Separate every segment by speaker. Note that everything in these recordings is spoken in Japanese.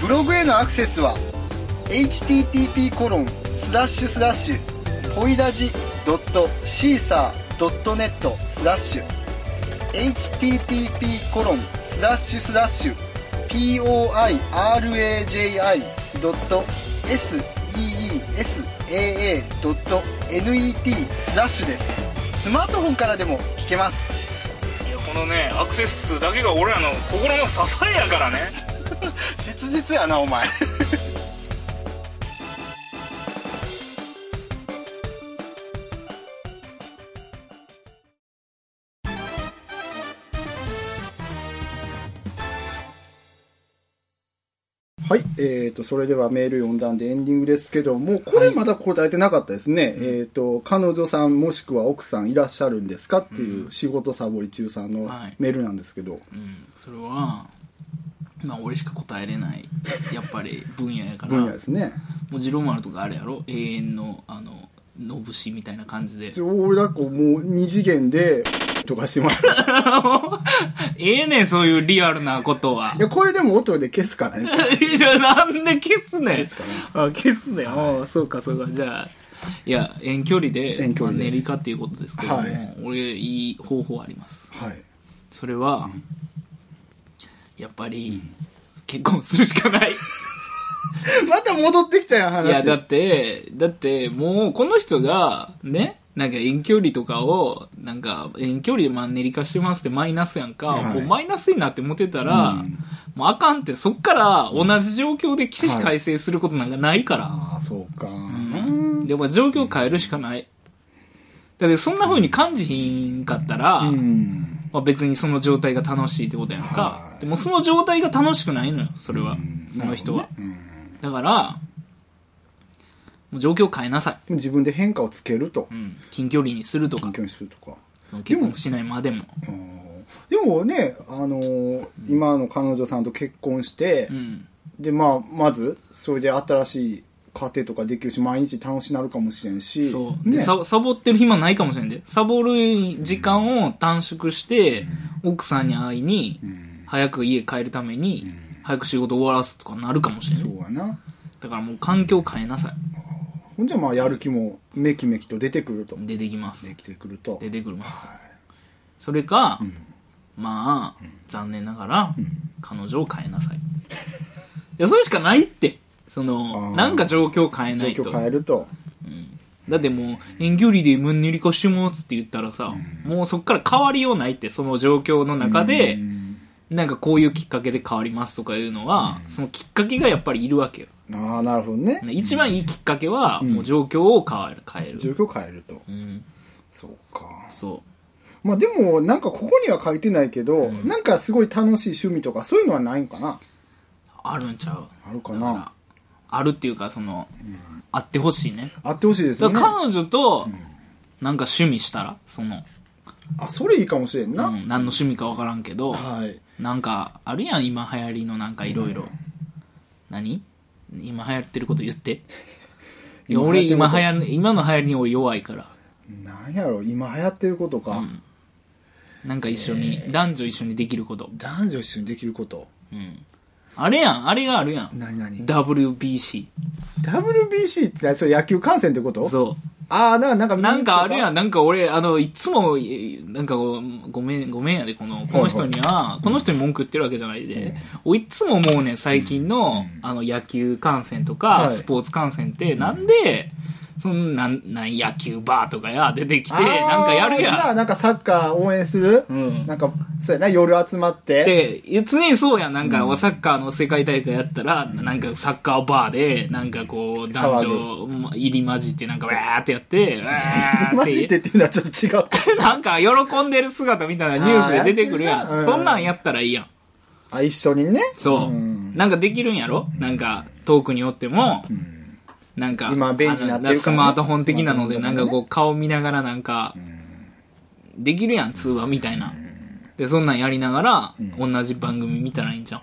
Speaker 1: ブログへのアクセスは http コロンスラッシュスラッシュポイダジドットシーサードットネットスラッシュ http コロンスラッシュスラッシュ poiraji ドット seesaa.net スラッシュですスマートフォンからでも聞けます
Speaker 2: いやこのねアクセス数だけが俺らの心の支えやからね
Speaker 1: 切実やなお前 はい、えー、と、それではメール読んだんでエンディングですけども、これまだ答えてなかったですね。えっ、と、彼女さんもしくは奥さんいらっしゃるんですかっていう仕事サボり中さんの
Speaker 3: はい
Speaker 1: メールなんですけど、
Speaker 3: うん、それは、まあ俺しか答えれ ない、やっぱり分野やから、
Speaker 1: 分野ですね。
Speaker 3: もうジローマルとかあれやろ、永遠の、あの、のぶしみたいな感じで。
Speaker 1: 俺だこもう二次元で、とかし てます。い
Speaker 3: ええねん、そういうリアルなこ とは。
Speaker 1: や、これでも音で消すからね。
Speaker 3: いや、なんで消すねん。
Speaker 1: すかね
Speaker 3: あ、消すねん。ああ、そうか、そうか。じゃあ、いや、遠距離で、
Speaker 1: 遠距離で
Speaker 3: まあ練りかっていうことですけども、
Speaker 1: はい
Speaker 3: 俺、いい方法あります。
Speaker 1: はい。
Speaker 3: それは、やっぱり、結婚するしかない。
Speaker 1: また戻ってきたよ、話。
Speaker 3: いや、だって、だって、もう、この人が、ね、なんか遠距離とかを、なんか遠距離でマンネリ化してますってマイナスやんか、
Speaker 1: はい
Speaker 3: もうマイナスになって持てたら、もうあかんって、そっから同じ状況で起死回生することなんかないから。
Speaker 1: ああ、そうか。
Speaker 3: でも状況変えるしかない。だってそんな風に感じひんかったら、
Speaker 1: うん。
Speaker 3: まあ、別にその状態が楽しいってことやん
Speaker 1: は
Speaker 3: か。
Speaker 1: い
Speaker 3: でもその状態が楽しくないのよ、それは。その人は。だから、もう状況を変えなさい。
Speaker 1: 自分で変化をつけると
Speaker 3: う。ん。近距離にするとか
Speaker 1: 勉、強にするとか。
Speaker 3: 結婚しないまでも。
Speaker 1: うんでもね、あのー今の彼女さんと結婚して
Speaker 3: う、ん。
Speaker 1: で、まあ、まず、それで新しい家庭とかできるし、毎日楽しなるかもしれんし。
Speaker 3: そう。で、
Speaker 1: ね。
Speaker 3: ササボってる暇ないかもしれんで。サボる時間を短縮して、奥さんに会いに、早く家帰るために、早く仕事終わらすとかなるかもしれ
Speaker 1: そ
Speaker 3: ん。
Speaker 1: うやな。
Speaker 3: だからもう環境変えなさい。
Speaker 1: ほんじゃ、まあ、やる気もめきめきと出てくると。
Speaker 3: 出てきます。
Speaker 1: できてくると。
Speaker 3: 出てくるます。それか、まあ、残念ながら、彼女を変えなさい。い や、それしかないって。そ
Speaker 1: あ
Speaker 3: の、
Speaker 1: ー
Speaker 3: なんか状況変えな
Speaker 1: 状
Speaker 3: いと
Speaker 1: 況。変えると。
Speaker 3: だってもう、遠距離で無理化してもつって言ったらさ、もうそっから変わりようないって、その状況の中で、なんかこういうきっかけで変わりますとかいうのは、そのきっかけがやっぱりいるわけよ。
Speaker 1: ああ、なるほどね。
Speaker 3: 一番いいきっかけは、もう状況を変える。変え
Speaker 1: 状
Speaker 3: る。
Speaker 1: 況を変えると。
Speaker 3: うん。
Speaker 1: そうか。
Speaker 3: そ
Speaker 1: まあでも、なんかここには書いてないけど、なんかすごい楽しい趣味とかそういうのはないんかな
Speaker 3: う。あるんちゃう
Speaker 1: あるか
Speaker 3: だ
Speaker 1: な
Speaker 3: からあるっていうかその、あってほしいね
Speaker 1: あってほしいです
Speaker 3: だ
Speaker 1: よね
Speaker 3: か。ら彼女と、なんか趣味したらその、
Speaker 1: あ、それいいかもしれん
Speaker 3: う
Speaker 1: な。
Speaker 3: ん、何の趣味か分からんけど、
Speaker 1: はい。
Speaker 3: なんかあるやん今流行りのなんかいろいろ何今流行ってること言っていや
Speaker 1: 今
Speaker 3: 俺
Speaker 1: 流行ってること
Speaker 3: 今流行今の流行りに俺弱いから
Speaker 1: なんやろ、今流行ってることか。
Speaker 3: なんか一緒に、男女一緒にできること、
Speaker 1: 男女一緒にできること。
Speaker 3: うん、あれやんあれがあるやん
Speaker 1: なになに
Speaker 3: WBC
Speaker 1: ?WBC って何それ野球観戦ってこと
Speaker 3: そう
Speaker 1: ああ、だからなんか見に行
Speaker 3: な
Speaker 1: く
Speaker 3: ん
Speaker 1: と
Speaker 3: かあるやん、なんか俺、あの、いつも、いなんかごごめん、ごめんやで、この、この人には、この人に文句言ってるわけじゃないで、俺いつも思うねん、最近の、あの、野球観戦とか、
Speaker 1: はい
Speaker 3: スポーツ観戦って、なんで、そんなん、なん、野球バーとかや、出てきて、
Speaker 1: あー
Speaker 3: なんかやる
Speaker 1: な
Speaker 3: やん。
Speaker 1: なんかサッカー応援する、
Speaker 3: うん
Speaker 1: なんか、そうやな、夜集まって。
Speaker 3: で、常にそうやん、なんか、サッカーの世界大会やったら、なんかサッカーバーで、なんかこう、男女入り混じって、なんか、わーってやって、わ ーって。
Speaker 1: マジでっていうのはちょっと違う。
Speaker 3: なんか喜んでる姿みたいなニュースで出てくるや
Speaker 1: あーやってる
Speaker 3: ん。
Speaker 1: な
Speaker 3: そんなんやったらいいやん。
Speaker 1: あ、一緒にね。
Speaker 3: そう
Speaker 1: うん。
Speaker 3: なんかできるんやろなんか遠くにおっても、なんか、
Speaker 1: 今便利になってるからね
Speaker 3: あのスマートフォン的なので、
Speaker 1: スマ
Speaker 3: な
Speaker 1: ー
Speaker 3: ん
Speaker 1: トフォンとかね
Speaker 3: かこう顔見ながらなんか、できるやん、通話みたいな。で、そんなんやりながら、同じ番組見たらいいんじゃ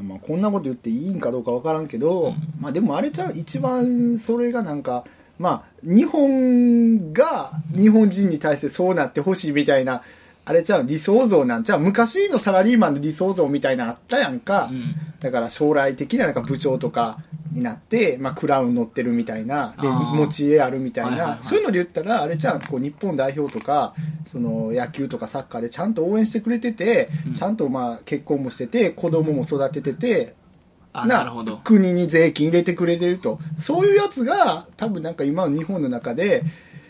Speaker 3: ん。
Speaker 1: まあ、こんなこと言っていいんかどうかわからんけど、まあでもあれちゃう一番それがなんかまあ日本が日本人に対してそうなってほしいみたいなあれちゃう、理想像なんちゃう、昔のサラリーマンの理想像みたいなのあったやんか。
Speaker 3: ん
Speaker 1: だから将来的ななんか部長とかになって、まあクラウン乗ってるみたいな、で、
Speaker 3: あー
Speaker 1: 持ち家あるみたいな、
Speaker 3: はいはいはい
Speaker 1: そういうので言ったら、あれちゃん、こう日本代表とか、その野球とかサッカーでちゃんと応援してくれてて、ちゃんとまあ結婚もしてて、子供も育ててて、
Speaker 3: あ、なるほど。
Speaker 1: 国に税金入れてくれてると。そういうやつが、多分なんか今の日本の中で、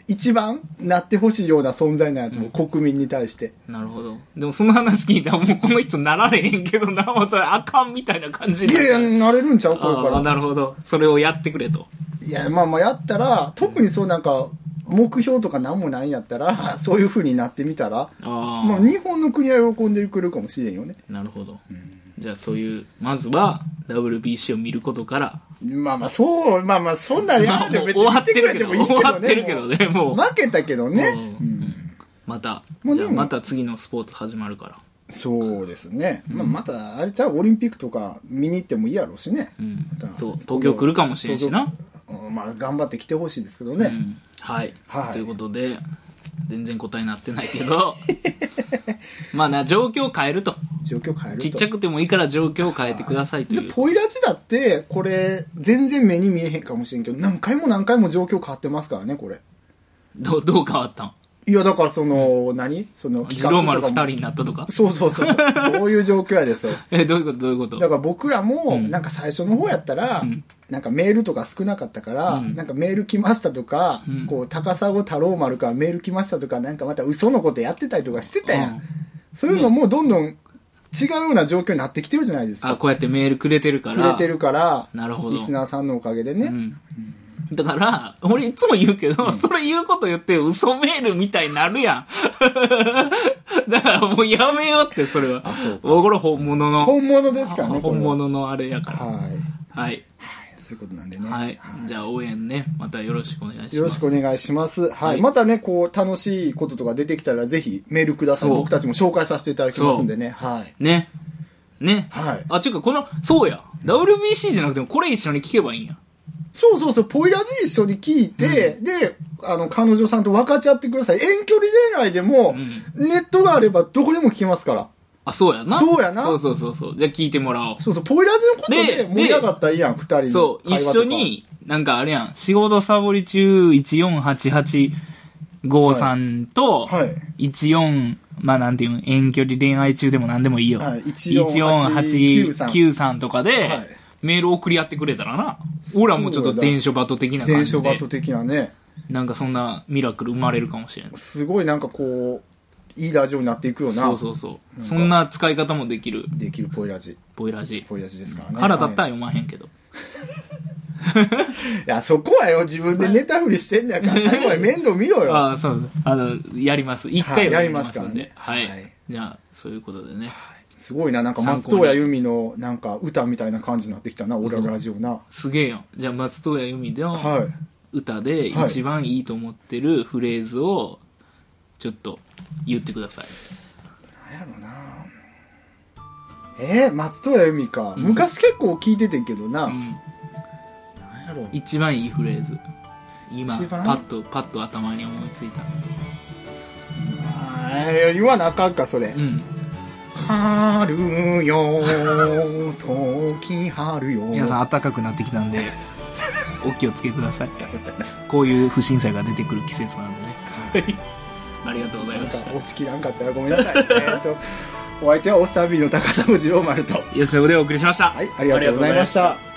Speaker 1: 一番なってほしいような存在なんやと思う、国民に対して。
Speaker 3: なるほど。でもその話聞いたらもうこの人なられへんけどな、またあかんみたいな感じ
Speaker 1: い
Speaker 3: にな
Speaker 1: や
Speaker 3: る
Speaker 1: いや、なれるんちゃうこれ
Speaker 3: ああ、
Speaker 1: か
Speaker 3: なるほど。それをやってくれと。
Speaker 1: ら。いや、まあまあやったら、特にそうなんか、目標とか何もないんやったら、 そういう風になってみたら、
Speaker 3: ああ、
Speaker 1: まあ日本の国は喜んでくれるかもしれんよね。
Speaker 3: なるほど。じゃあそういう、まずは WBC を見ることから、
Speaker 1: まあまあ、そう、まあまあ、そんなんやらんでも別に言ってくれてもいいけどね。
Speaker 3: 終わってるけど終わってるけどねもう
Speaker 1: 負けたけどね。
Speaker 3: うんまた、
Speaker 1: まあ
Speaker 3: じゃ
Speaker 1: で
Speaker 3: あ
Speaker 1: も
Speaker 3: また次のスポーツ始まるから。
Speaker 1: そうですね。まあまた、あれちゃうオリンピックとか見に行ってもいいやろうしね。
Speaker 3: うん
Speaker 1: だから
Speaker 3: そう、東京来るかもしれんしな。
Speaker 1: うんまあ、頑張って来てほしいですけどね。
Speaker 3: うんはい、
Speaker 1: はい
Speaker 3: ということで、全然答えになってないけど、 まあな、状況を変えると。
Speaker 1: 状況変えると。
Speaker 3: ちっちゃくてもいいから状況を変えてくださいとい
Speaker 1: で
Speaker 3: う。
Speaker 1: ポイラジだって、これ、全然目に見えへんかもしれんけど、何回も何回も状況変わってますからね、これ。
Speaker 3: どう、どう変わったん
Speaker 1: いや、だからその、何その、
Speaker 3: ジローマル
Speaker 1: と
Speaker 3: 二
Speaker 1: か
Speaker 3: 人
Speaker 1: も
Speaker 3: になったとか
Speaker 1: そうそうそう。 こういう状況やですよ。
Speaker 3: え、どういうことどういうこと
Speaker 1: だから僕らも、なんか最初の方やったら、なんかメールとか少なかったから、なんかメール来ましたとか、こう、高砂太郎丸からメール来ましたとか、なんかまた嘘のことやってたりとかしてたやん。
Speaker 3: うん
Speaker 1: そういうのもどんどん違うような状況になってきてるじゃないです
Speaker 3: あ、
Speaker 1: か。
Speaker 3: こうやってメールくれてるから。
Speaker 1: くれてるから、
Speaker 3: なるほど
Speaker 1: リスナーさんのおかげでね。
Speaker 3: うん。だから、俺いつも言うけど、それ言うこと言って嘘メールみたいになるやん。 だからもうやめようって、それは。これ本物の。
Speaker 1: 本物ですからね。これ
Speaker 3: 本物のあれやから。
Speaker 1: はい。
Speaker 3: はい。
Speaker 1: そういうことなんでね。
Speaker 3: はい。じゃあ応援ね、またよろしくお願いします。
Speaker 1: よろしくお願いします。はい。
Speaker 3: はい
Speaker 1: またね、こう、楽しいこととか出てきたら、ぜひメールください。
Speaker 3: そう
Speaker 1: 僕たちも紹介させていただきますんでね。はい。
Speaker 3: ね。ね。
Speaker 1: はい
Speaker 3: あ、ちゅうか、この、そうや。WBC じゃなくても、これ一緒に聞けばいいんや。
Speaker 1: そうそうそう、ポイラジ一緒に聞いて、で、あの、彼女さんと分かち合ってください。遠距離恋愛でも、ネットがあればどこでも聞けますから。
Speaker 3: あ、そうやな。
Speaker 1: そうやな
Speaker 3: そうそうそうそう。じゃあ聞いてもらおう。
Speaker 1: そうそう、ポイラジのこと
Speaker 3: で
Speaker 1: で盛り上がったらいいやん、二人の会話
Speaker 3: そ
Speaker 1: と
Speaker 3: う、
Speaker 1: か。
Speaker 3: 一緒に、なんかあれやん、仕事サボり中14885と、
Speaker 1: はい
Speaker 3: 14、まあなんていうん、遠距離恋愛中でもなんでもいいよ。
Speaker 1: はい
Speaker 3: 14893とかで、
Speaker 1: はい
Speaker 3: メール送り合ってくれたらな。俺はもうちょっと伝書バト的な感
Speaker 1: 伝
Speaker 3: じ
Speaker 1: 承バ
Speaker 3: で
Speaker 1: ト、的なね、
Speaker 3: なんかそんなミラクル生まれるかもしれない。
Speaker 1: すごいなんかこう、いいラジオになっていくような、
Speaker 3: そうそうそう。そんな使い方もできる、
Speaker 1: できるポイラジ。
Speaker 3: ボイラジ。
Speaker 1: ポイラジですからね。
Speaker 3: 腹立った
Speaker 1: は
Speaker 3: ら読まへんけど。
Speaker 1: い、いや、そこはよ、自分でネタ振りしてんだ から、最後まで面倒見ろよ。
Speaker 3: ああ、そうです。あの、やります。一回は
Speaker 1: はい
Speaker 3: やりますんで。
Speaker 1: や
Speaker 3: は
Speaker 1: りますからねはい
Speaker 3: い。じゃあ、そういうことでね。
Speaker 1: すごいな、なんか松任谷由実の、なんか歌みたいな感じになってきたな、俺らラジオな。
Speaker 3: すげえよ。じゃあ、松任谷由実
Speaker 1: は
Speaker 3: の歌で
Speaker 1: はい
Speaker 3: 一番いいと思ってるフレーズを、ちょっと言ってください。
Speaker 1: い。えー、松任谷由実か。昔結構聞いててんけどな。
Speaker 3: ん
Speaker 1: なんやろ
Speaker 3: 一番いいフレーズ。今、
Speaker 1: 一番
Speaker 3: パッと、パッと頭に思いついた。
Speaker 1: あー言わなあかんか、それ
Speaker 3: う。ん。
Speaker 1: 春よ、時春よ。
Speaker 3: 皆さん、暖かくなってきたんで、 お気をつけください。こういう不審査が出てくる季節なんでね。ありがとうござい
Speaker 1: なん
Speaker 3: ま
Speaker 1: か
Speaker 3: した。
Speaker 1: 落ちきらんかったらごめんなさい、ね。えっと、お相手はおっさんびの高さの次郎丸と。
Speaker 3: 吉野部でお送りしました。
Speaker 1: はい、ありがとうございました。